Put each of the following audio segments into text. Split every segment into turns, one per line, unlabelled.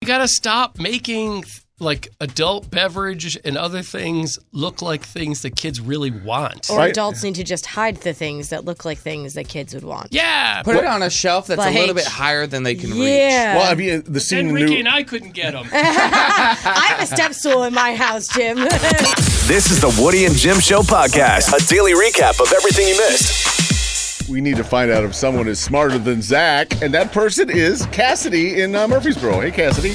You got to stop making like adult beverage and other things look like things that kids really want.
Or adults need to just hide the things that look like things that kids would want.
Yeah,
Put it on a shelf that's
Like-
a little bit higher than they can
Yeah.
Well, I mean, the scene
and
in
Ricky
New-
and I couldn't get them.
I have a step stool in my house, Jim.
This is the Woody and Jim Show podcast, a daily recap of everything you missed.
we need to find out if someone is smarter than Zach, and that person is Cassidy in uh, Murfreesboro. Hey, Cassidy,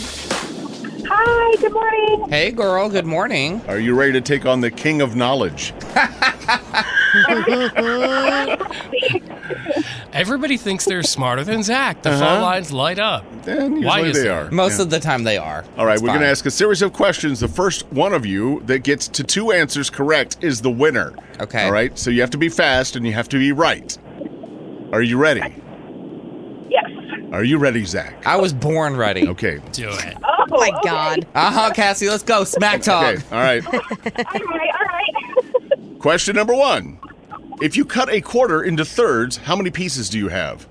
Hi, good morning.
reach. Hey, girl. Good morning.
are you ready to take on the king of knowledge?
Everybody thinks they're smarter than Zach. The phone lines light up.
And Uh-huh. usually
Why is
they
it?
are.
Most
Yeah.
of the time, they are.
All right,
It's
we're going to
fine.
ask a series of questions. The first one of you that gets to two answers correct is the winner.
Okay.
All right, so you have to be fast and you have to be right. Are you ready?
Yes.
Are you ready, Zach?
I was born ready. Okay.
Okay.
Do it.
Oh,
oh my God.
Uh huh, Cassie. Let's go. Smack talk.
Okay. All right.
All right, all right.
Question number one. If you cut a quarter into thirds, how many pieces do you have?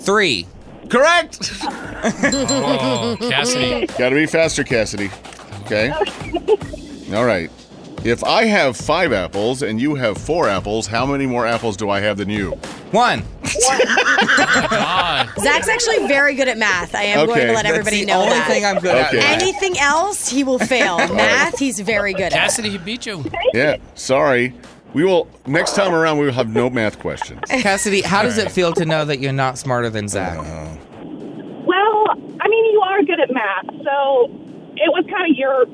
Three.
Correct.
Oh, Cassidy.
Gotta be faster, Cassidy. Okay. All right. If I have five apples and you have four apples, how many more apples do I have than you?
One.
God.
Zach's actually very good at math. I am going
Okay.
to let everybody
That's the
know
only
that.
thing I'm good
Okay.
at.
Anything else, he will fail. math, he's very good at.
Cassidy, he beat you.
Yeah. Sorry. We will next time around. We will have no math questions.
Cassidy, how does it feel to know that you're not smarter than Zach?
well, I mean, you are good at math, so it was kind of your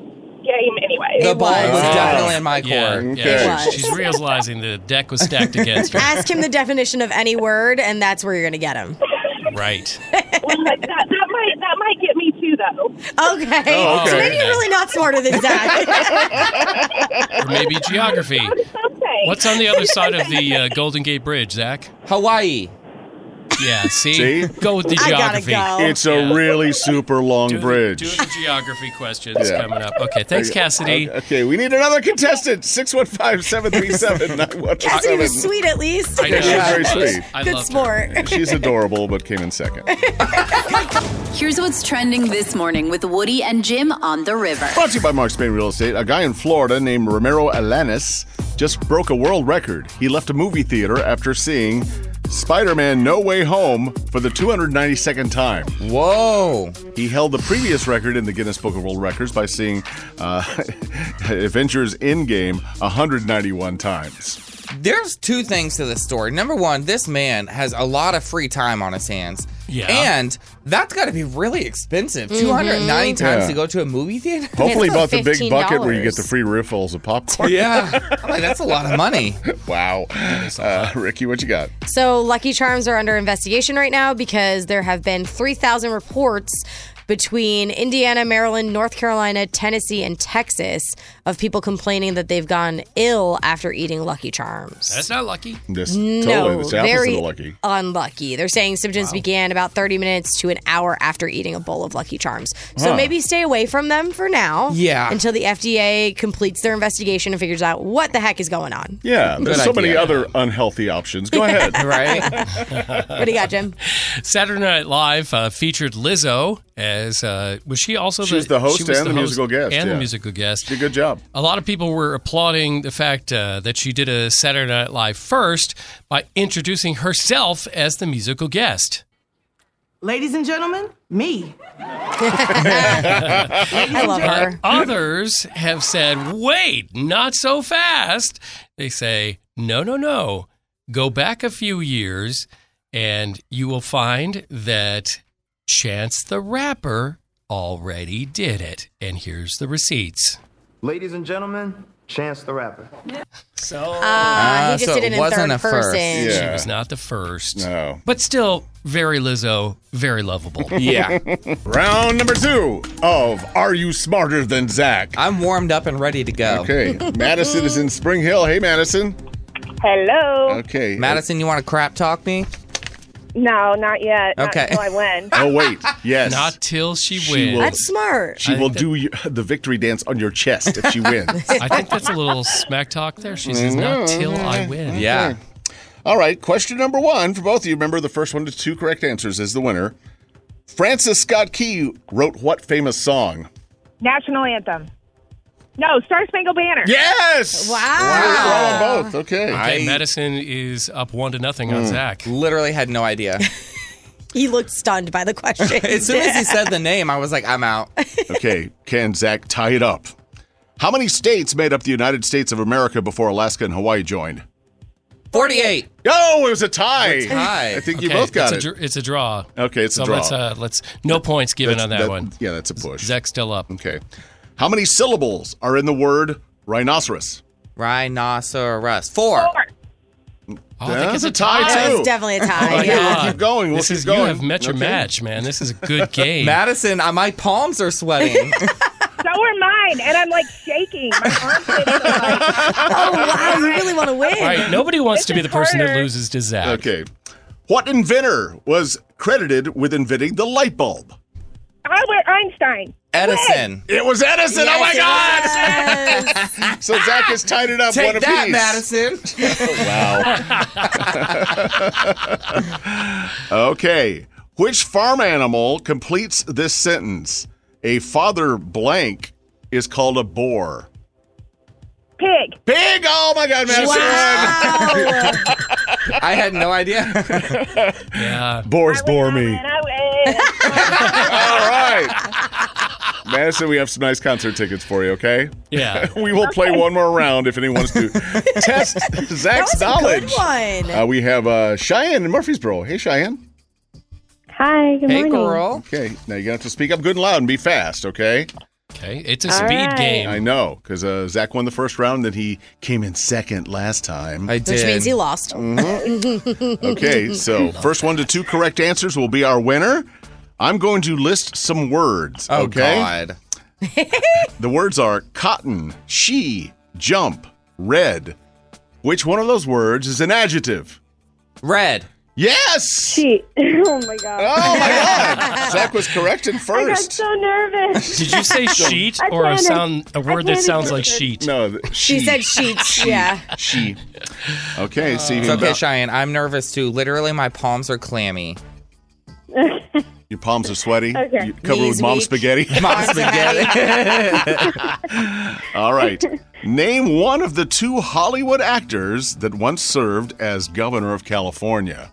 game anyway.
the ball
was.
was definitely in my court.
Yeah,
Okay.
yeah.
It
She's realizing the deck was stacked against her.
Ask him the definition of any word, and that's where you're going to get him.
Right.
well, that, that, that might that might get me too, though.
Okay.
Oh, okay.
So maybe you're really not smarter than Zach.
Or maybe geography.
Something.
What's on the other side of the uh, Golden Gate Bridge, Zach?
Hawaii.
Yeah, see?
See?
Go with the
I gotta
geography.
go.
It's a really super long
Do the-
bridge.
do the geography questions
Yeah.
coming up. Okay, thanks, Cassidy.
Okay, we need another contestant. 615-737-9127.
Cassidy was sweet at least.
I know.
Yeah, she's very sweet.
I
Good
loved her.
sport.
She's adorable, but came in second.
Here's what's trending this morning with Woody and Jim on the river.
Brought to you by Mark Spain Real Estate. A guy in Florida named Romero Alanis just broke a world record. He left a movie theater after seeing Spider Man No Way Home for the 292nd time.
Whoa.
He held the previous record in the Guinness Book of World Records by seeing uh, Avengers Endgame 191 times.
There's two things to this story. Number one, this man has a lot of free time on his hands.
Yeah.
And that's got to be really expensive.
Mm-hmm.
290 times
Yeah.
to go to a movie theater?
Hopefully, he
about
bought the big bucket where you get the
$15.
free refills of popcorn.
Yeah. I'm like, that's a lot of money.
Wow. Uh, Ricky, what you got?
So, Lucky Charms are under investigation right now because there have been 3,000 reports between Indiana, Maryland, North Carolina, Tennessee, and Texas of people complaining that they've gone ill after eating Lucky Charms.
That's not lucky.
This
no,
totally. This apples
Oh, very
to Oh, the lucky.
unlucky. They're saying symptoms began about 30 minutes to an hour after eating a bowl of Lucky Charms. So
Huh.
maybe stay away from them for now.
Yeah.
Until the FDA completes their investigation and figures out what the heck is going on.
Yeah, there's
Good
so many
idea.
other unhealthy options. Go ahead.
Right?
What do you got, Jim?
Saturday Night Live uh, featured Lizzo as uh, was she also
She was the host
she was
and the musical guest,
and the
yeah.
musical guest.
Did a good job.
A lot of people were applauding the fact uh, that she did a Saturday Night Live first by introducing herself as the musical guest.
Ladies and gentlemen, me.
I
love her.
Others have said, wait, not so fast. They say, no, no, no. Go back a few years and you will find that Chance the Rapper already did it. And here's the receipts.
Ladies and gentlemen, Chance the Rapper.
So,
Ah, he just did it in third person.
She was not the first. No. But still, very Lizzo, very lovable.
Round number two of Are You Smarter Than Zach?
I'm warmed up and ready to go.
Okay. Madison is in Spring Hill. Hey, Madison.
Hello.
Okay.
Madison, you want to crap talk me?
No, not yet. Not
Okay.
until I win.
Oh, wait. Yes.
Not till she
wins.
That's smart.
She will do you, the victory dance on your chest if she wins.
I think that's a little smack talk there. She says, not
Mm-hmm.
till I win.
Okay. All right. Question number one for both of you. Remember, the first one to two correct answers is the winner. Francis Scott Key wrote what famous song?
National anthem. No, Star Spangled Banner.
Yes.
Wow.
Ah.
We're on both. Okay.
Okay, Madison is up one to nothing
Mm.
on Zach.
Literally had no idea.
He looked stunned by the question.
as soon as he said the name, I was like, I'm out.
okay, can Zach tie it up? How many states made up the United States of America before Alaska and Hawaii joined?
48.
Oh, it was a tie.
A tie.
I think you both got
it's A,
it.
dr- it's a draw.
Okay, it's a
so
draw.
Let's, uh, let's no points given on
That's-
that, one.
Yeah, that's a push.
Zach's still up.
Okay. How many syllables are in the word rhinoceros?
Rhinoceros. Four.
Oh, I think
That's
it's
a
a
tie,
tie. Oh
too.
It's definitely a tie.
Oh,
my
yeah.
God.
Keep going. We'll
this
keep
is you
going.
have met your
Okay.
match, man. This is a good game.
Madison, uh, my palms are sweating.
So are mine, and I'm like shaking. My armpits are like,
oh wow, you really want to win.
All right, nobody wants to be the person
harder.
that loses to Zach.
Okay. What inventor was credited with inventing the light bulb?
Albert Einstein.
Edison.
It was Edison. oh my God! So Zach has tied it up
Take
one
that,
apiece.
Madison.
Okay. Which farm animal completes this sentence? A father blank is called a boar.
Pig.
Pig! Oh my God, Madison!
I had no idea.
Yeah.
Boars bore me.
And I win.
All right. Madison, we have some nice concert tickets for you, okay?
Yeah.
We will play one more round if anyone wants to test Zach's
that was a
knowledge.
good one.
Uh, we have uh, Cheyenne in Murfreesboro. Hey, Cheyenne.
Hi. Good
hey,
morning.
girl.
Okay, now you're going to have to speak up good and loud and be fast, okay?
Okay. It's a
All
speed
right.
game.
I know, because uh, Zach won the first round, then he came in second last time.
I did.
Which means he lost.
Mm. Okay, so first one to two correct answers will be our winner. I'm going to list some words.
Oh,
okay.
God.
The words are cotton, she, jump, red. Which one of those words is an adjective?
Red.
Yes!
Cheat. Oh my god.
Oh my god! Zach was correct in
Oh
I got
first.
so nervous.
Did you say sheet
I
or a
can't-
sound a
I
word that
can't
sounds
even-
like sheet?
No, th-
She said sheets. Yeah.
she. Okay, see
It's
you
okay, Cheyenne. I'm nervous too. Literally, my palms are clammy.
Your palms are sweaty.
Okay.
You covered
Knees
with mom's
weak.
spaghetti.
Mom's spaghetti.
All right. Name one of the two Hollywood actors that once served as governor of California.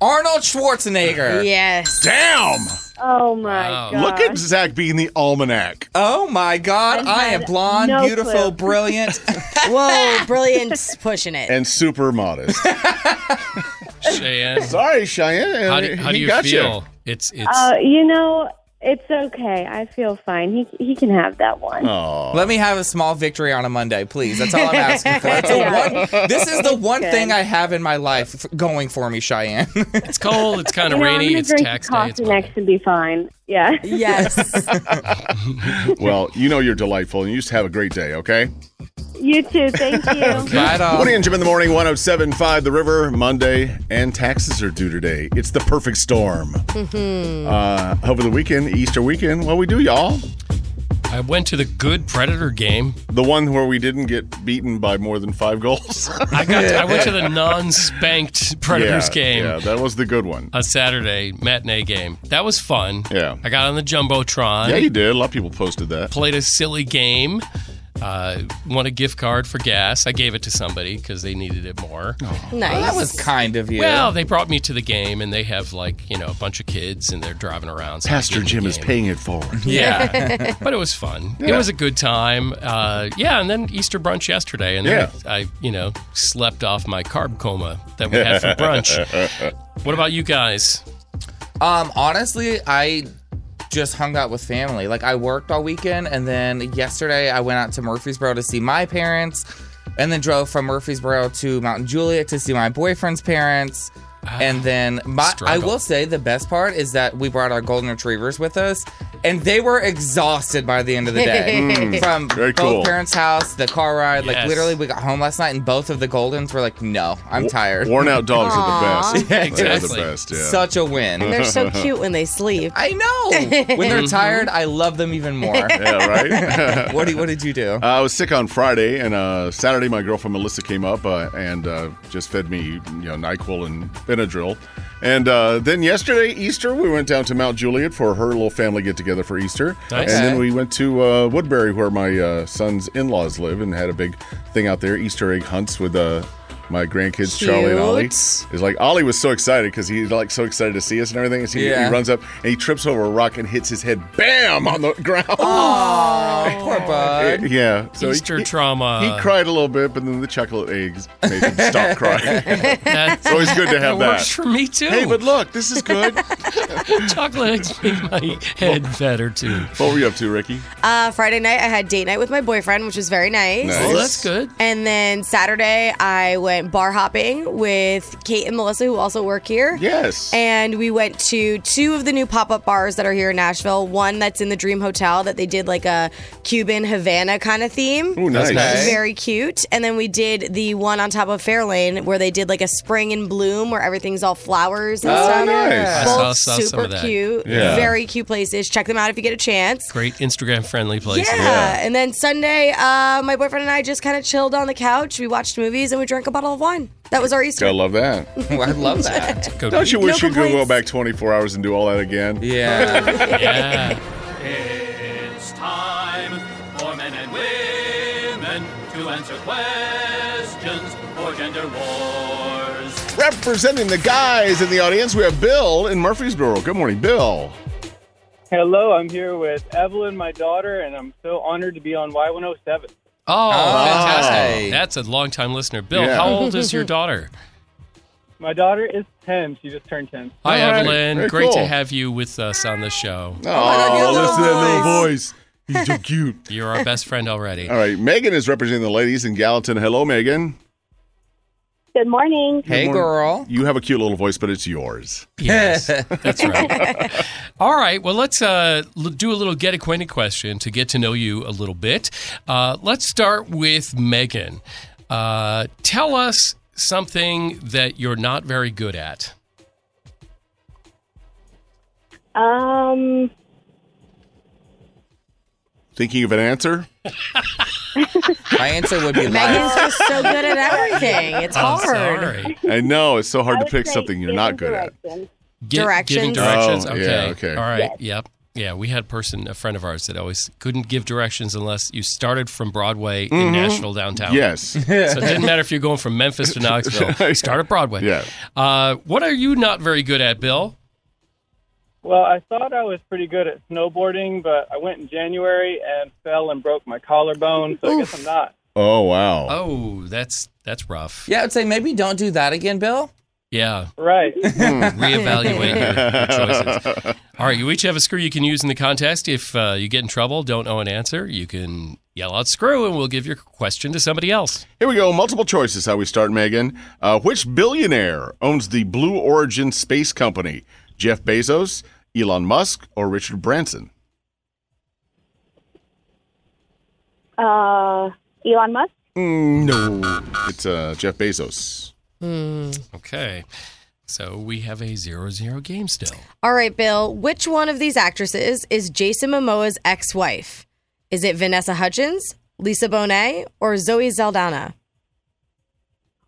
Arnold Schwarzenegger.
Yes.
Damn!
Oh my
Wow.
god.
Look at Zach being the almanac.
Oh my God.
I
I, am
had
blonde,
no
beautiful,
clue.
brilliant.
Whoa, brilliant pushing it.
And super modest.
Cheyenne.
Sorry, Cheyenne.
How do, how
he
do you
got
feel? It's it's
Uh, you know, it's okay. I feel fine. He he can have that one.
You. Aw.
Let me have a small victory on a Monday, please. That's all I'm asking for. That's the one, this is the one thing I have in my life f- going for me, Cheyenne.
it's cold, it's kind
You
of
know, I'm
rainy,
gonna
it's
drink
tax day,
coffee
it's Monday.
next and be fine. Yeah.
Yes.
Well, you know you're delightful and you just have a great day, okay?
You too. Thank you.
right on.
Woody and Jim in the morning, 1075 The River, Monday, and taxes are due today. It's the perfect storm.
Mm-hmm.
Uh, over the weekend, Easter weekend, what we do, y'all?
I went to the good predator game.
The one where we didn't get beaten by more than five goals.
I got to- I went to the non-spanked predators
yeah,
game.
Yeah, that was the good one.
A Saturday matinee game. That was fun.
Yeah.
I got on the jumbotron.
Yeah, you did. A lot of people posted that.
played a silly game. Uh, won a gift card for gas. I gave it to somebody because they needed it more.
Oh.
Nice.
Well, that was kind of you.
Well, they brought me to the game, and they have like you know a bunch of kids, and they're driving around. so I
Pastor
gave them
Jim
the
is
game.
paying it forward.
Yeah, but it was fun. It
Yeah.
was a good time. Uh, yeah, and then Easter brunch yesterday, and then I, I, you know, slept off my carb coma that we had for brunch. what about you guys?
Um, honestly, I just hung out with family. Like I worked all weekend, and then yesterday I went out to Murfreesboro to see my parents, and then drove from Murfreesboro to Mountain Juliet to see my boyfriend's parents. And then my, I
struggle.
will say the best part is that we brought our golden retrievers with us, and they were exhausted by the end of the day
Mm,
from
very
both
cool.
parents' house, the car ride. Like
Yes.
literally, we got home last night, and both of the goldens were like, "No, I'm
Wo-
tired."
worn out dogs are the best.
Yeah,
They are the
exactly.
best, yeah.
Such a win.
And they're so cute when they sleep.
I know. when they're tired, I love them even more.
yeah, right.
what, do, what did you do?
Uh, I was sick on Friday, and uh, Saturday my girlfriend Melissa came up uh, and uh, just fed me, you know, Nyquil and Benadryl. And uh, then yesterday Easter, we went down to Mount Juliet for her little family get together for Easter,
Nice.
and then
Okay.
we went to uh, Woodbury where my uh, son's in laws live, and had a big thing out there, Easter egg hunts with. Uh, my grandkids, Charlie and Ollie.
Cute.
It's like Ollie was so excited because he's like so excited to see us and everything. So he,
Yeah.
he runs up and he trips over a rock and hits his head, bam, on the ground.
Oh, poor bud.
Yeah.
Easter trauma.
He cried a little bit, but then the chocolate eggs made him stop crying. it's always good to have
it
that.
Works for me too.
Hey, but look, this is good.
Chocolate eggs make my head better too.
What were you up to, Ricky?
Uh, Friday night, I had date night with my boyfriend, which was very nice.
Nice. Oh, that's
good.
And then Saturday, I went bar hopping with Kate and Melissa, who also work here.
Yes.
And we went to two of the new pop up bars that are here in Nashville. One that's in the Dream Hotel that they did like a Cuban Havana kind of theme.
Ooh, nice. Okay.
Very cute. And then we did the one on top of Fairlane where they did like a spring in bloom where everything's all flowers and
Oh,
stuff.
nice. I
Both
saw- saw some
super
of that.
cute.
Yeah.
Very cute places. Check them out if you get a chance.
Great Instagram friendly place.
Yeah. And then Sunday, uh, my boyfriend and I just kind of chilled on the couch. We watched movies and we drank a bottle of wine. That was our Easter.
Gotta love that.
I love that.
Don't you
No
wish you could go
complaints.
back 24 hours and do all that again?
Yeah.
yeah.
It's time for men and women to answer questions for gender wars.
Representing the guys in the audience, we have Bill in Murfreesboro. Good morning, Bill.
Hello, I'm here with Evelyn, my daughter, and I'm so honored to be on Y107.
Oh,
Oh.
fantastic! That's a longtime listener. Bill,
Yeah.
how old is your daughter?
My daughter is 10. She just turned 10.
Hi,
All right.
Evelyn.
Very
Great
cool.
to have you with us on the show.
Oh, listen to that little voice. He's so cute.
You're our best friend already.
All right, Megan is representing the ladies in Gallatin. Hello, Megan.
Good morning.
Good morning. You have a cute little voice, but it's yours.
Yes, that's right. All right, well, let's uh, l- do a little get acquainted question to get to know you a little bit. Uh, let's start with Megan. Uh, tell us something that you're not very good at.
Um,
Thinking of an answer?
My answer would be
Megan's just so good at everything. It's
I'm
hard.
sorry. I know it's so hard to pick something you're not good at.
Gi- Giving
Directions.
directions.
Oh,
okay.
yeah, okay.
All right. Yep. Yeah, we had a person, a friend of ours, that always couldn't give directions unless you started from Broadway in
Mhm.
Nashville downtown.
Yes.
so it didn't matter if you're going from Memphis to Knoxville. Start at Broadway.
Yeah.
Uh, what are you not very good at, Bill?
Well, I thought I was pretty good at snowboarding, but I went in January and fell and broke my collarbone, so I guess I'm not.
Oh wow.
Oh, that's that's rough.
Yeah, I would say maybe don't do that again, Bill.
Yeah.
Right.
Reevaluate your, your choices. All right, you each have a screw you can use in the contest. If uh, you get in trouble, don't know an answer, you can yell out screw and we'll give your question to somebody else.
Here we go. Multiple choice is how we start, Megan. Uh, which billionaire owns the Blue Origin space company? Jeff Bezos, Elon Musk, or Richard Branson?
uh, Elon Musk.
Mm, no, it's uh, Jeff Bezos.
Okay. So we have a zero zero game still.
All right, Bill. Which one of these actresses is Jason Momoa's ex-wife? Is it Vanessa Hudgens, Lisa Bonet, or Zoe Zeldana?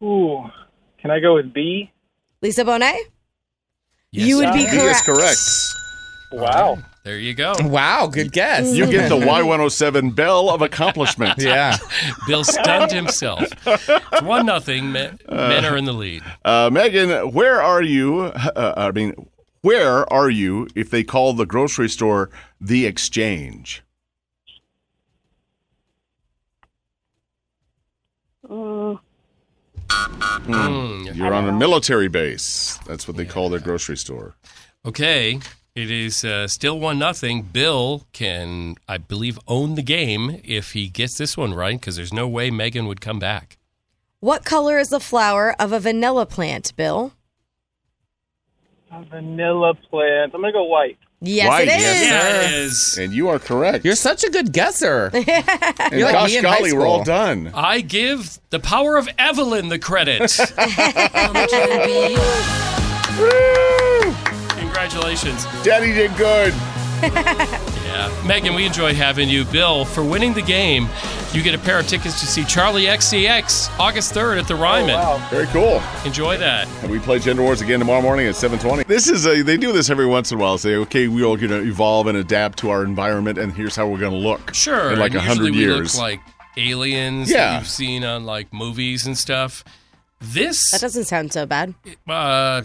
Ooh, can I go with B?
Lisa Bonet. You would be
He is
correct.
correct.
Wow.
There you go.
Wow, good guess.
You get the Y107 Bell of Accomplishment.
yeah.
Bill stunned himself. It's one nothing. Men, men are in the lead.
Uh, Megan, where are you? Uh, I mean, where are you if they call the grocery store the exchange?
Mm,
Hmm, You're on a military base. That's what they call their grocery store.
Okay. It is uh, still one nothing. Bill can, I believe, own the game if he gets this one right, because there's no way Megan would come back.
What color is the flower of a vanilla plant, Bill?
A vanilla plant. I'm gonna go white.
Yes, it is.
it is.
And you are correct.
You're such a good guesser.
And
You're like
gosh
me in high
golly, we're
school.
all done.
I give the power of Evelyn the credit. Congratulations.
Daddy did good.
Yeah. Megan, we enjoy having you. Bill, for winning the game, you get a pair of tickets to see Charlie XCX August 3rd
Oh,
at the Ryman.
Very cool.
Enjoy that.
And we play Gender Wars again tomorrow morning at 7:20. This is a they do this every once in a while. Say, okay, we all going to evolve and adapt to our environment, and here's how we're going to look.
Sure.
in like a
and
hundred
usually
years.
We look like aliens that
Yeah.
you've seen on like movies and stuff. This,
That doesn't sound so bad.
uh,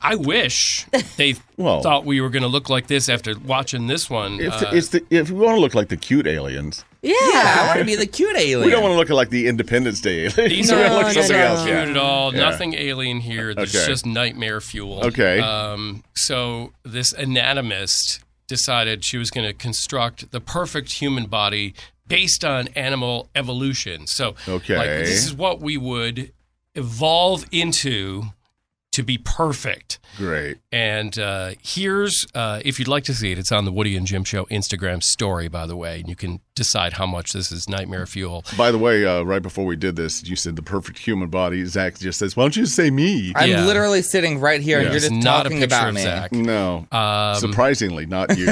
I wish they
Well-
thought we were going to look like this after watching this one.
If,
Uh,
the, it's the, if we want to look like the cute aliens,
Yeah.
I want to be the cute alien.
we don't want to look like the Independence Day aliens.
These
we
aren't,
wanna look
these
something
aren't
else.
cute
Yeah.
at all.
Yeah.
Nothing alien here. There's
Okay.
just nightmare fuel.
Okay.
Um, so this anatomist decided she was going to construct the perfect human body based on animal evolution. So
Okay.
like, this is what we would evolve into to be perfect.
Great.
And uh, here's, uh, if you'd like to see it, it's on the Woody and Jim Show Instagram story, by the way. And you can decide how much this is nightmare fuel.
By the way, uh, right before we did this, you said the perfect human body. Zach just says, "Why don't you say me?"
I'm
Yeah.
literally sitting right here,
Yeah.
and you're
It's
just
Not a
talking
picture
about
of
me.
Zach.
no,
Um, Uh,
surprisingly, not you.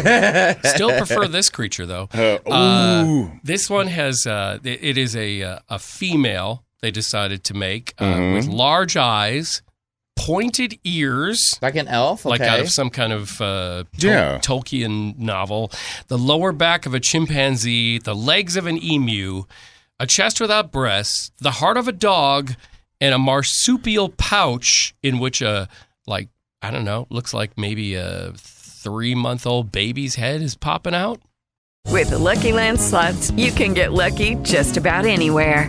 Still prefer this creature though.
Uh,
Oh,
Uh,
ooh.
this one has uh, th- it is a uh, a female they decided to make uh,
Mm-hmm.
Mhm.
with large eyes, pointed ears,
Like an elf, okay.
like out of some kind of uh, Tol-
Yeah.
Tolkien novel, the lower back of a chimpanzee, the legs of an emu, a chest without breasts, the heart of a dog, and a marsupial pouch in which a like I don't know looks like maybe a three month old baby's head is popping out.
With the Lucky Land slots, you can get lucky just about anywhere.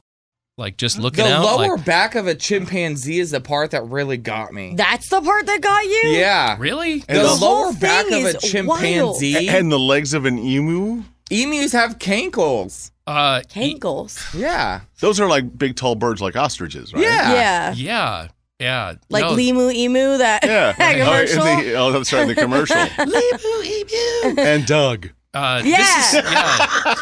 like just looking
the
out
lower
like
back of a chimpanzee is the part that really got me.
That's the part that got you?
yeah.
really
The,
The
lower
whole
back
thing
of a
is
chimpanzee.
A- and the legs of an emu.
Emus have cankles.
uh
Cankles.
Yeah.
Those are like big, tall birds, like ostriches, right?
Yeah.
Yeah.
yeah yeah
Like
no,
Limu Emu, that,
Yeah.
that commercial.
Oh, in the, oh, that's right, the commercial. and Doug.
uh,
Yeah.
this is yeah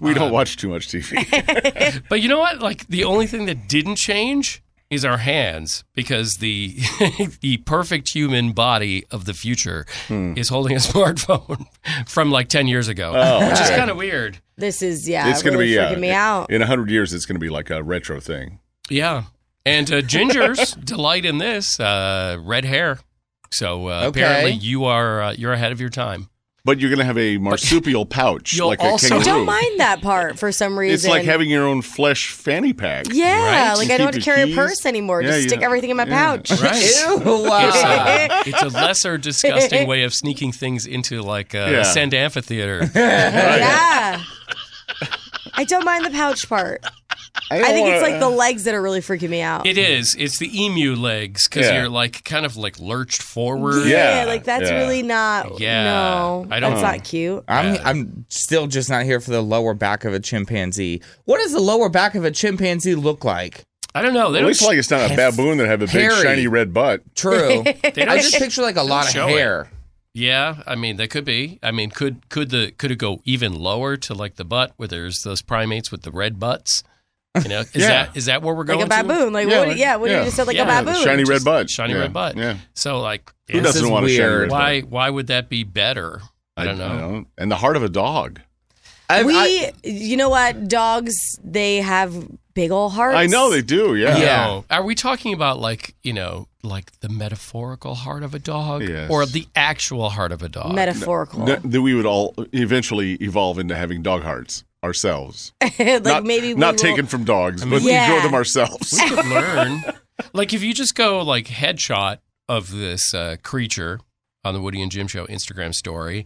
We
Uh-huh.
don't watch too much Oh, TV.
but you know what like the only thing that didn't change is our hands because the the perfect human body of the future
Hmm.
is holding a smartphone from like 10 years ago
Uh,
Oh,
which is
okay.
kind of weird
This is, yeah,
it's going to
really
be
freaking
uh,
me out.
In a hundred years, it's going to be like a retro thing.
yeah and uh, gingers delight in this uh, red hair so uh,
Okay.
apparently you are uh, you're ahead of your time
But you're going to have a marsupial pouch,
You'll
like
also-
a kangaroo.
Don't mind that part for some reason.
It's like having your own flesh fanny pack.
Yeah,
Right?
like
You
I don't have to
keep
carry
your
a
keys.
purse anymore.
Yeah,
Just
you
stick
don't-
everything in my
yeah.
pouch.
right
Ew.
It's
uh,
a, it's a lesser disgusting way of sneaking things into like a
Yeah.
send amphitheater.
Yeah. I don't mind the pouch part.
don't
I think it's
wanna-
like the legs that are really freaking me out.
It is. It's the emu legs because
Yeah.
you're like kind of like lurched forward.
Yeah,
like that's
yeah. Hmm.
really not.
Yeah.
No,
I don't-
that's not cute.
I'm I'm still just not here for the lower back of a chimpanzee. What does the lower back of a chimpanzee look like?
I don't know. They
At
don't
least like it's not a baboon that have a big
Hairy.
shiny red butt.
True.
don't
I just
sh-
picture like a lot of
show it.
hair.
Yeah, I mean they could be. I mean, could could the could it go even lower to like the butt where there's those primates with the red butts? You know, is
Yeah.
that is that where we're
Like
going?
a baboon. Like,
to?
what would- yeah, what do you just say, like a baboon?
Shiny red butt.
Shiny
Yeah,
red butt.
yeah.
So like,
Who
this
doesn't
is
want a shiny
weird.
red
Why why would that be better? I don't know.
And the heart of a dog.
we, you know what? Dogs, they have big old hearts.
I know they do. Yeah.
No. Are we talking about like you know like the metaphorical heart of a dog
Yes.
or the actual heart of a dog?
Metaphorical.
Th- That we would all eventually evolve into having dog hearts ourselves.
like
not,
maybe we
not
will-
taken from dogs, but
Yeah.
we grow them ourselves.
We could learn. like if you just go like headshot of this uh, creature on the Woody and Jim Show Instagram story.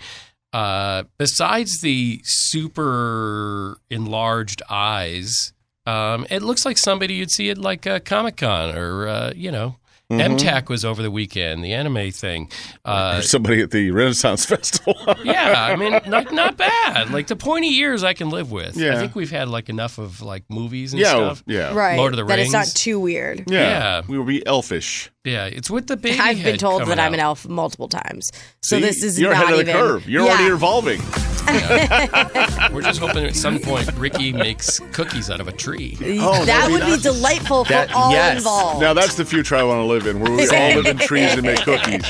Uh, besides the super enlarged eyes, um, it looks like somebody you'd see at like uh, Comic Con or uh, you know.
Mhm.
MTAC was over the weekend, the anime thing. Uh,
Or somebody at the Renaissance Festival.
yeah, I mean, like not bad. Like the pointy ears I can live with. I
Yeah.
think we've had like enough of like movies and
Yeah,
stuff.
yeah.
Right.
Lord of the
that
Rings.
it's not too weird.
yeah.
Yeah.
We will be elfish.
yeah, it's with the baby.
I've been
head
told
coming
that I'm an
out.
elf multiple times. So
See?
this is
You're
not
ahead of
even.
the curve. You're
Yeah.
already evolving.
We're just hoping at some point Ricky makes cookies out of a tree.
that would be delightful
That-
for all involved.
Oh, Now that's the future I want to live in, where we all live in trees and make cookies.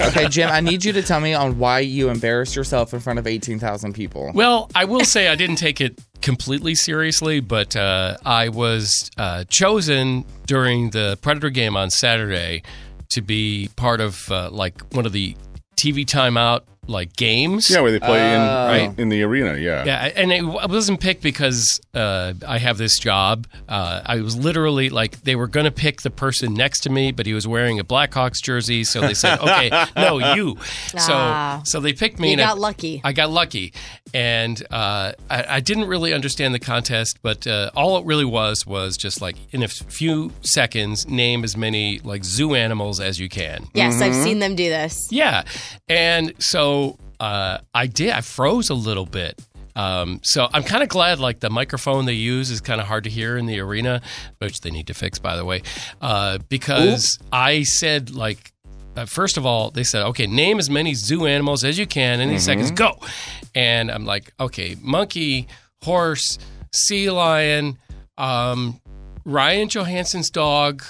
okay, Jim, I need you to tell me on why you embarrassed yourself in front of 18,000 people.
Well, I will say I didn't take it completely seriously, but uh, I was uh, chosen during the Predator game on Saturday to be part of uh, like one of the TV timeout like games.
Yeah, where they play in
Oh.
right?
in the arena. Yeah.
Yeah, and it, I wasn't picked because uh, I have this job. Uh, I was literally like, they were going to pick the person next to me, but he was wearing a Blackhawks jersey, so they said, "Okay, no, you."
Ah.
So, so they picked me.
You
and I-
got lucky.
I got lucky, and uh, I, I didn't really understand the contest, but uh, all it really was was just like in a few seconds, name as many like zoo animals as you can.
Yes, I've
Mm-hmm.
seen them do this.
Yeah. And so uh, I did. I froze a little bit. Um, so I'm kind of glad, like the microphone they use is kind of hard to hear in the arena, which they need to fix, by the way, uh, because I said like. Uh, first of all, they said, "Okay, name as many zoo animals as you can in these
Mhm.
seconds.
Mm-hmm.
Go!" And I'm like, "Okay, monkey, horse, sea lion, um, Ryan Johansson's dog,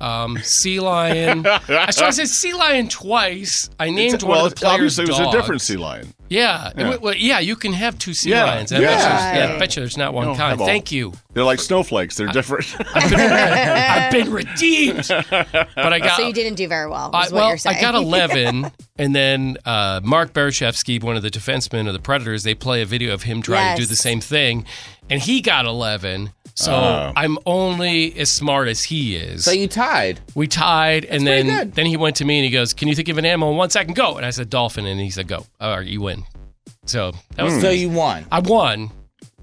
um, sea lion." so I said sea lion twice. I named
It's-
one
well,
of the players'
obviously it was
dogs.
a different sea lion.
Yeah.
Yeah.
Yeah. Well, yeah, you can have two sea
Yeah.
lions. I
Yeah.
Bet you, there's- yeah,
Yeah.
I bet you there's not
You
one
don't have
kind.
all-
Thank you.
They're like snowflakes. They're different.
I've been redeemed. But I got
so you didn't do very well.
I,
Is what
well,
you're saying.
I got 11, and then uh, Mark Bereshevsky, one of the defensemen of the Predators, they play a video of him trying to do
Yes.
the same thing, and he got 11. So
Oh.
I'm only as smart as he is.
So you tied.
we tied, and
pretty
then
good.
then he went to me and he goes, "Can you think of an animal in one second? Go!" And I said, "Dolphin," and he said, "Go." All right, you win. So that was
So you won.
I won,
Well-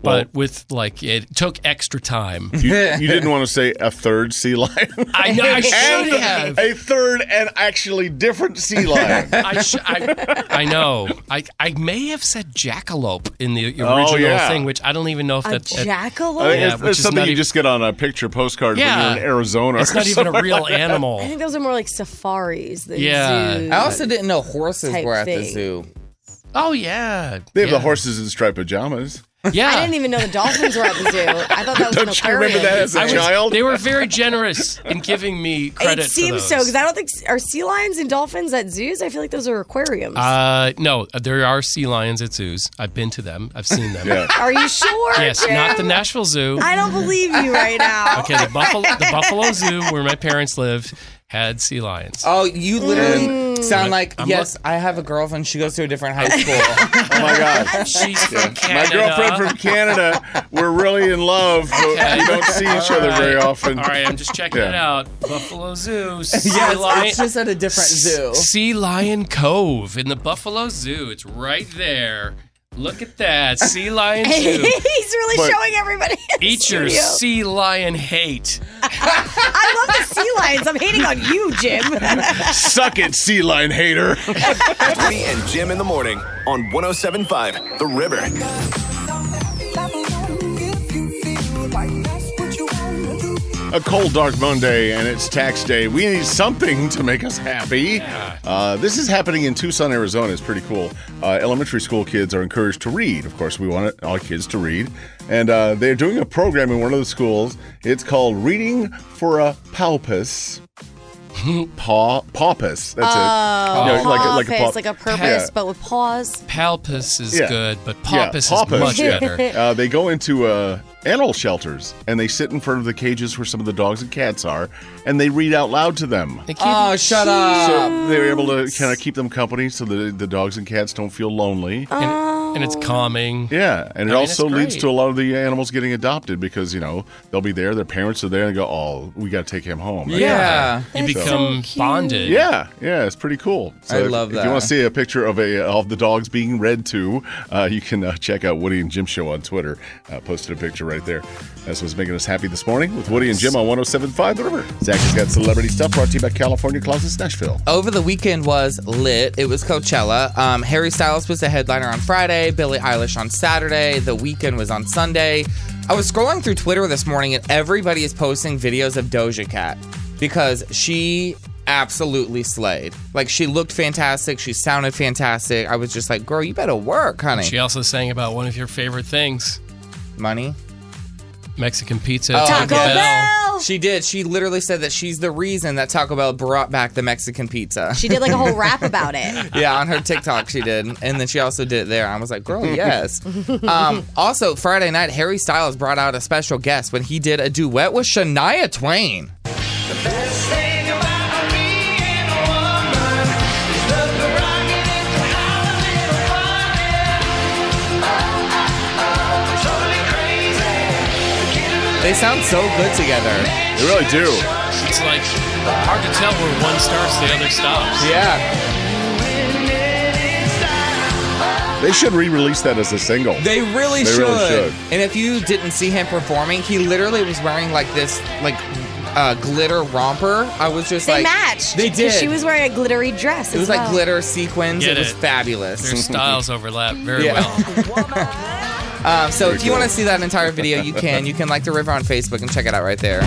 but with like it took extra time.
you, you didn't want to say a third sea lion.
I know I should
And
have.
a third and actually different sea lion.
I, sh- I, I know. I, I may have said jackalope in the original
Oh, yeah.
thing, which I don't even know if
A
that's
jackalope?
I think
Yeah,
it's,
which
it's
is
something
not
you
even-
just get on a picture postcard when
Yeah.
you're in Arizona.
It's
or
not even a
something
real
like that.
animal.
I think those are more like safaris than zoos.
I
Oh,
also didn't know horses
type
were at the
thing.
zoo.
Oh yeah,
They have
yeah.
the horses in striped pajamas.
Yeah,
I didn't even know the dolphins were at the zoo. I thought that was an
Don't you
aquarium.
remember that as a
I was-
child?
They were very generous in giving me credit.
It seems
for
so
those.
because I don't think are sea lions and dolphins at zoos. I feel like those are aquariums.
Uh, no, there are sea lions at zoos. I've been to them. I've seen them.
are you sure?
Yes,
Jim?
not the Nashville Zoo.
I don't believe you right now.
Okay, the Buffalo, the Buffalo Zoo, where my parents lived, had sea lions.
Oh, you literally sound like,
I'm
yes, I have a girlfriend. She goes to a different high school.
Oh my god.
She's from
My
Canada.
girlfriend from Canada. We're really in love, but
Okay.
we don't see each other
All
very
right.
often.
All right, I'm just checking
Yeah.
it out. Buffalo Zoo. Sea
yes,
lion,
it's just at a different zoo.
Sea Lion Cove in the Buffalo Zoo. It's right there. Look at that. Sea Lion
He's
Zoo.
really
But-
showing everybody. in the
Eat your
studio.
sea lion hate.
I love the sea lions. I'm hating on you, Jim.
Suck it, sea lion hater.
Woody and Jim in the morning on 1075 The River.
If you feel like that's what you wanna do,
a cold, dark Monday, and it's tax day. We need something to make us happy. Uh, this is happening in Tucson, Arizona. It's pretty cool. Uh, elementary school kids are encouraged to read. Of course, we want all kids to read. And uh, they're doing a program in one of the schools. It's called Reading for a Palpus. Paw, paupus. That's
oh,
it. You know,
purpose,
like
like,
a-
a
like a
purpose,
Yeah.
but with paws.
Palpus is
Yeah.
good, but
Yeah,
Paupus
paupus,
is much
yeah.
better.
Uh, they go into uh, animal shelters and they sit in front of the cages where some of the dogs and cats are, and they read out loud to them.
Oh, shut up.
So they're able to kind of keep them company, so the the dogs and cats don't feel lonely.
oh.
And it's calming.
Yeah, and it
I mean,
also
it's
leads
great.
to a lot of the animals getting adopted because you know they'll be there, their parents are there, and they go, "Oh, we got to take him home." That
Yeah.
Uh,
kind of
You
thing. So-
become So cute. bonded.
Yeah, yeah, it's pretty cool.
I
if-
love
If you want
that.
to see a picture of a of the dogs being read to, uh, you can uh, check out Woody and Jim Show on Twitter. Uh, posted a picture right there. That's what's making us happy this morning with Woody and Jim on 107.5 The River. Zach has got celebrity stuff brought to you by California Closets Nashville.
Over the weekend was lit. It was Coachella. Um, Harry Styles was the headliner on Friday, Billie Eilish on Saturday, The Weeknd was on Sunday. I was scrolling through Twitter this morning and everybody is posting videos of Doja Cat because she absolutely slayed. Like she looked fantastic, she sounded fantastic. I was just like, girl, you better work, honey.
She also sang about one of your favorite things
money,
Mexican pizza,
Oh,
Taco
okay.
Bell.
She did. She literally said that she's the reason that Taco Bell brought back the Mexican pizza.
She did like a whole rap about it.
yeah, on her TikTok she did, and then she also did it there. I was like, girl, yes. Um, also, Friday night, Harry Styles brought out a special guest when he did a duet with Shania Twain. They sound so good together.
They really do.
It's like hard to tell where one starts, the other stops.
Yeah.
They should re-release that as a single.
They really,
They
should.
really should.
And if you didn't see him performing, he literally was wearing like this, like uh, glitter romper. I was just
They
like,
matched.
They did.
She was wearing a glittery dress.
It was
as
like
well.
glitter sequins.
Get
it was
it.
fabulous.
Their styles overlap very
Yeah.
well.
Um, so
Very
if you want to
cool.
see that entire video, you can. You can like the river on Facebook and check it out right there.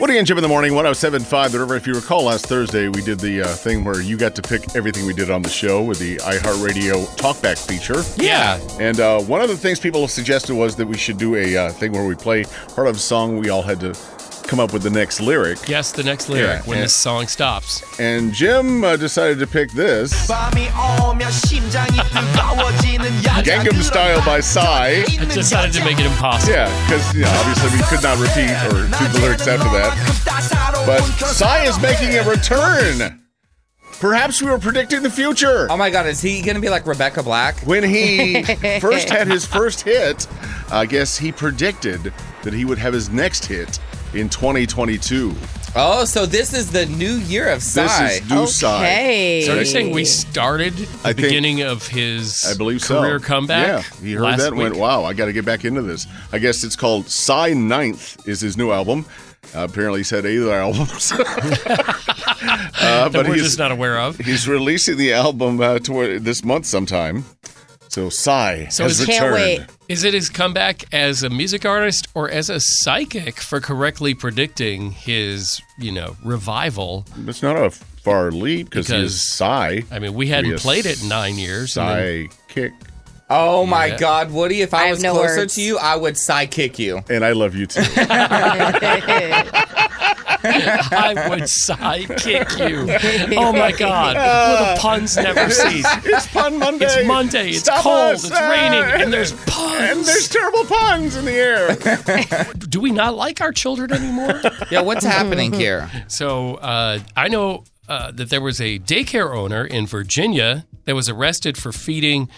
Woody and Jim in the morning, 1075 The River. If you recall, last Thursday we did the uh, thing where you got to pick everything we did on the show with the iHeartRadio talkback feature.
Yeah.
And uh, one of the things people suggested was that we should do a uh, thing where we play part of a song. We all had to come up with the next lyric.
Guess the next lyric when
Yeah.
this song stops.
And Jim uh, decided to pick this Gangnam Style by Psy.
I decided to make it impossible.
Yeah, because you know, obviously we could not repeat or do the lyrics after that. But Psy is making a return. Perhaps we were predicting the future.
Oh my God, is he gonna be like Rebecca Black?
When he first had his first hit, I guess he predicted that he would have his next hit in 2022.
Oh, so this is the new year of Psy.
This is new Psy. Okay.
So you're saying we started the
I think-
beginning of his
I believe so.
career comeback?
Yeah, he heard
last
that and went,
week?
"Wow, I got to get back into this." I guess it's called Psy Ninth is his new album. Uh, apparently, he's had either albums, uh,
That we're
he's-
just not aware of.
He's releasing the album uh, toward this month sometime. So Psy has
is-
returned.
Is it his comeback as a music artist or as a psychic for correctly predicting his, you know, revival?
It's not a far leap because he
Because-
is Psy.
I mean, we hadn't
He is
played it in nine years. and then-
Psy kick,
Oh my
Yeah.
God, Woody! If I,
have
was
no
closer
words.
to you, I would Psy kick you.
and I love you too.
I would sidekick you. Oh my God. Well, the puns never cease.
It's Pun Monday.
It's Monday. It's
Stop
cold.
us.
It's raining. And there's puns.
And there's terrible puns in the air.
Do we not like our children anymore?
Yeah, what's happening here?
So uh, I know uh, that there was a daycare owner in Virginia that was arrested for feeding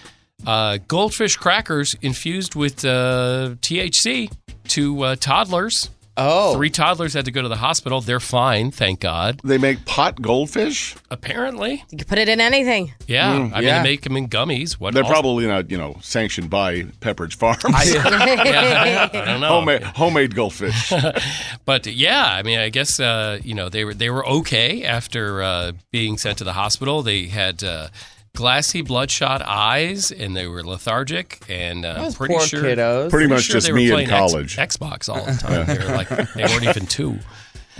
uh, goldfish crackers infused with uh, THC to uh, toddlers.
Oh,
three toddlers had to go to the hospital. They're fine, thank God.
They make pot goldfish.
Apparently,
You could put it in anything.
yeah.
Mm,
I mean,
yeah.
they make them in gummies. What?
They're
else?
probably not, you know, sanctioned by Pepperidge Farms.
Yeah, I don't know.
Homemade, homemade goldfish.
But yeah, I mean, I guess uh, you know they were they were okay after uh, being sent to the hospital. They had uh, glassy, bloodshot eyes, and they were lethargic. And uh,
Those
pretty
poor
sure,
kiddos.
Pretty much
sure
just
they were
me in
playing X-
college.
Xbox all the time. They were like they weren't even two.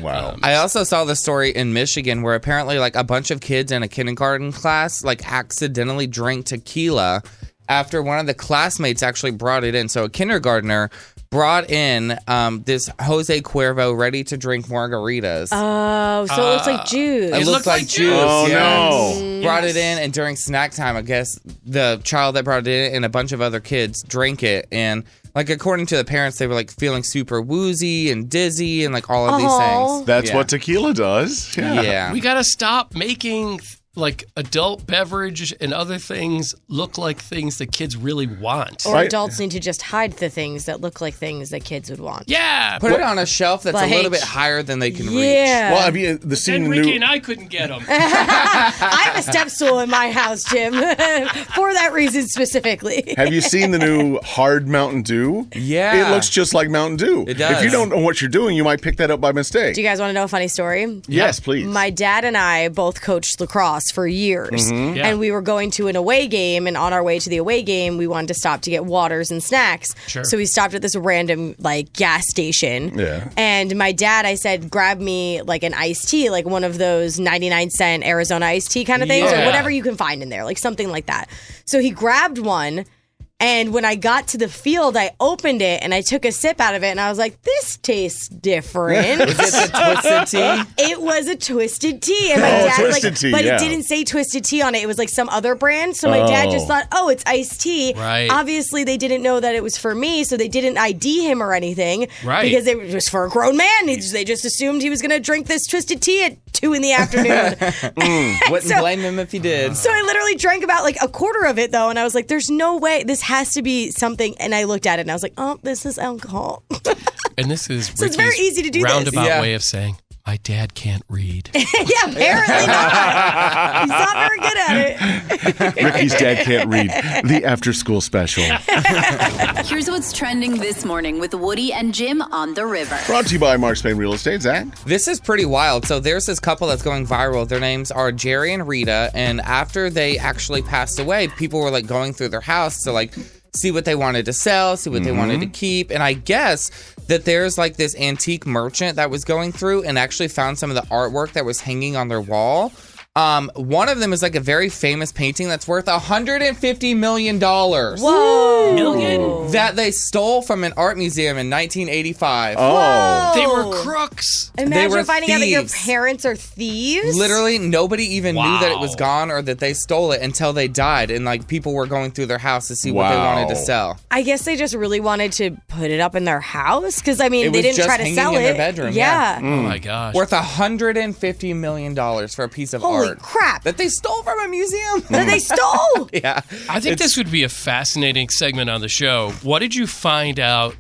Wow.
I also saw the story in Michigan where apparently like a bunch of kids in a kindergarten class like accidentally drank tequila after one of the classmates actually brought it in. So a kindergartner brought in um, this Jose Cuervo ready to drink margaritas.
Oh, so it looks like juice.
It, looked like juice.
Oh,
yes.
no.
Brought it in, and during snack time, I guess the child that brought it in and a bunch of other kids drank it. And like according to the parents, they were like feeling super woozy and dizzy and like all of these
Aw.
things.
That's
Yeah.
what tequila does. Yeah.
Yeah.
We got to stop making like adult beverage and other things look like things that kids really want.
Or adults need to just hide the things that look like things that kids would want.
Yeah,
Put it on a shelf that's
Like-
a little bit higher than they can
Yeah.
Well, I mean, the scene
And Ricky
knew.
and I couldn't get them.
I have a step stool in my house, Jim, for that reason specifically.
Have you seen the new Hard Mountain Dew?
Yeah.
It looks just like Mountain Dew.
It does.
If you don't know what you're doing, you might pick that up by mistake.
Do you guys want to know a funny story?
yes, please.
My dad and I both coached lacrosse for years.
Mhm.
Yeah.
And we were going to an away game, and on our way to the away game, we wanted to stop to get waters and snacks.
Sure.
So we stopped at this random like gas station.
Yeah.
And my dad, I said, grab me like an iced tea, like one of those 99 cent Arizona iced tea kind of things,
Yeah.
or whatever you can find in there, like something like that. So he grabbed one. And when I got to the field, I opened it and I took a sip out of it, and I was like, "This tastes different."
reach. Twisted tea.
It was a twisted tea, and my
Oh,
dad
twisted
like,
tea,
but
yeah.
it didn't say twisted tea on it. It was like some other brand. So my dad
Oh.
just thought, oh, it's iced tea.
Right.
Obviously, they didn't know that it was for me, so they didn't ID him or anything.
Right.
Because it was for a grown man. They just- They just assumed he was going to drink this twisted tea at two in the afternoon.
Mm, Wouldn't
So-
blame him if he did.
so I literally drank about like a quarter of it though, and I was like, "There's no way this has to be something." And I looked at it and I was like, "Oh, this is alcohol."
And this is
So it's very
Ricky's
easy to do this.
roundabout
Yeah.
way of saying my dad can't read.
yeah, apparently not. He's not very good at it.
Ricky's dad can't read. The after school special.
Here's what's trending this morning with Woody and Jim on the river.
Brought to you by Mark Spain Real Estate, Zach.
This is pretty wild. So there's this couple that's going viral. Their names are Jerry and Rita, and after they actually passed away, people were like going through their house to like see what they wanted to sell, see what they wanted
Mm-hmm.
to keep. And I guess that there's like this antique merchant that was going through and actually found some of the artwork that was hanging on their wall. Um, one of them is like a very famous painting that's worth 150 million dollars.
Whoa.
That they stole from an art museum in 1985.
Oh.
They
Oh.
were crooks.
Imagine
were
finding out that your
thieves.
parents are thieves.
Literally, nobody even knew that it was
Wow.
gone or that they stole it until they died. And like people were going through their house to see what they wanted to
Wow.
sell.
I guess they just really wanted to put it up in their house because I mean
It
they
was
didn't
just
try to
hanging
sell
in
it.
their bedroom,
yeah. Mm,
Oh my gosh.
Worth hundred and fifty million dollars for a piece of
Holy
art
crap.
that they stole from a museum.
That they stole.
yeah,
I think this would be a fascinating segment on the show. What did you find out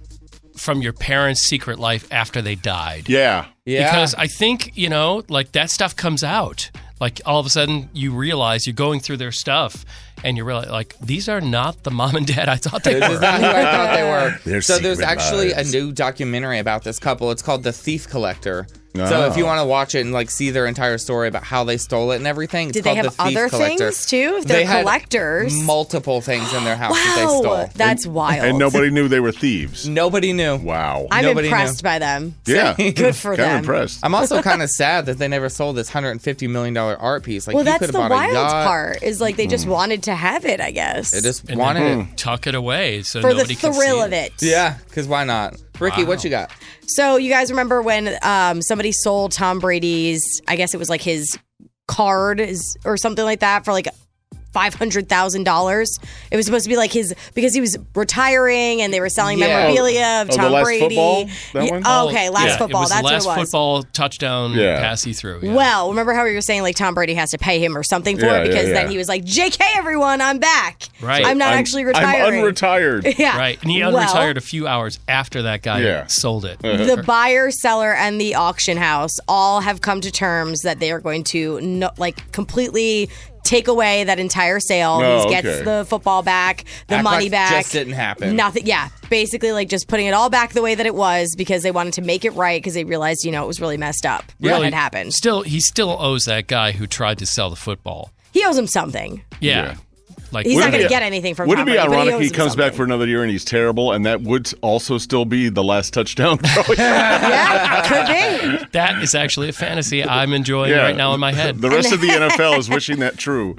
from your parents' secret life after they died?
Yeah.
yeah.
Because I think, you know, like that stuff comes out. Like all of a sudden you realize you're going through their stuff and you realize like these are not the mom and dad I thought they
This is
were.
not who I thought they were.
Their
so there's
secret
actually
lives.
a new documentary about this couple. It's called The Thief Collector. So if you
Oh.
want to watch it and like see their entire story about how they stole it and everything, it's
Did they
called
have
The Thief
other
Collector.
things too? If they're
had
collectors.
multiple things in their house that they
wow,
stole.
that's wild.
And nobody knew they were thieves.
Nobody knew.
Wow.
I'm
nobody
impressed
knew.
by them.
yeah.
Good for
Kind of
them.
impressed.
I'm also kind of sad that they never sold this 150 million dollar art piece. Like
Well,
you
that's
could
the
have bought
wild
a yacht.
part. Is like they just wanted to have it. I guess.
They just
And
wanted
then
it.
tuck it away so
for the
nobody can
thrill
see
of it.
Yeah, because why not? Ricky,
Wow.
what you got?
So you guys remember when um, somebody sold Tom Brady's? I guess it was like his card is, or something like that for like five hundred thousand dollars. It was supposed to be like his because he was retiring and they were selling
Yeah.
memorabilia of
Oh, the
Tom
last
Brady.
football? That
Yeah,
one?
oh, okay, last
Yeah,
football.
It was
That's
the last
what it was.
football touchdown
Yeah.
pass he threw. yeah.
Well, remember how we were saying like Tom Brady has to pay him or something for
Yeah,
it because
yeah, yeah.
then he was like, "JK, everyone, I'm back.
Right.
I'm not
I'm-
actually retiring.
I'm unretired.
yeah,
Right. And he
Well-
unretired a few hours after that guy
Yeah.
sold it.
Uh-huh.
the buyer, seller, and the auction house all have come to terms that they are going to no, like completely take away that entire sale.
Oh,
he gets
okay.
the football back, the
Act
money
like
back.
Just didn't happen.
Nothing. Yeah, basically like just putting it all back the way that it was because they wanted to make it right because they realized you know it was really messed up what
Really,
had happened.
Still, he still owes that guy who tried to sell the football.
He owes him something.
Yeah. Like
He's not going to get anything from
Would it be
Hopper, but
ironic
owes
he
him
comes
something.
back for another year and he's terrible, and that would also still be the last touchdown? throw?
could
be. That is actually a fantasy I'm enjoying
Yeah.
right now in my head.
the rest of the NFL is wishing that true.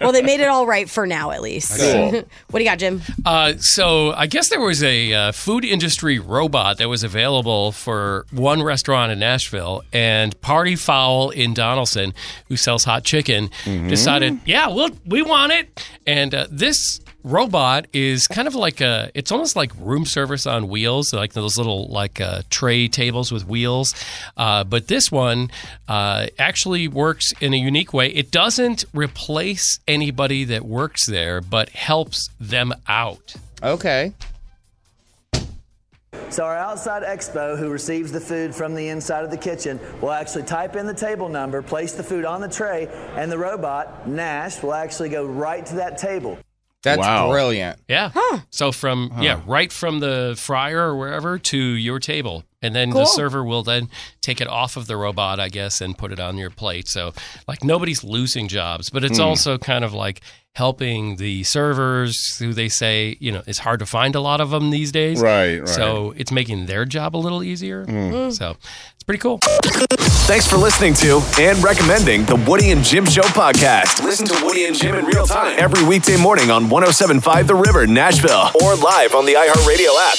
Well, they made it all right for now, at least.
Cool.
what do you got, Jim?
Uh, so I guess there was a uh, food industry robot that was available for one restaurant in Nashville, and Party Fowl in Donaldson, who sells hot chicken,
Mm-hmm.
decided, yeah, we'll, we want it. And uh, this robot is kind of like a, it's almost like room service on wheels, like those little like uh, tray tables with wheels. Uh, but this one uh, actually works in a unique way. It doesn't replace anybody that works there, but helps them out.
Okay.
So our outside expo who receives the food from the inside of the kitchen will actually type in the table number, place the food on the tray, and the robot, Nash, will actually go right to that table.
That's
Wow.
brilliant.
Yeah. So from yeah, right from the fryer or wherever to your table. And then the
Cool.
server will then take it off of the robot, I guess, and put it on your plate. So like nobody's losing jobs, but it's
Hmm.
also kind of like helping the servers who they say, you know, it's hard to find a lot of them these days.
Right, Hmm. right.
So it's making their job a little easier.
Mm.
So it's pretty cool.
Thanks for listening to and recommending the Woody and Jim Show podcast. Listen to Woody and Jim in real time every weekday morning on 1075 The River, Nashville, or live on the iHeartRadio app.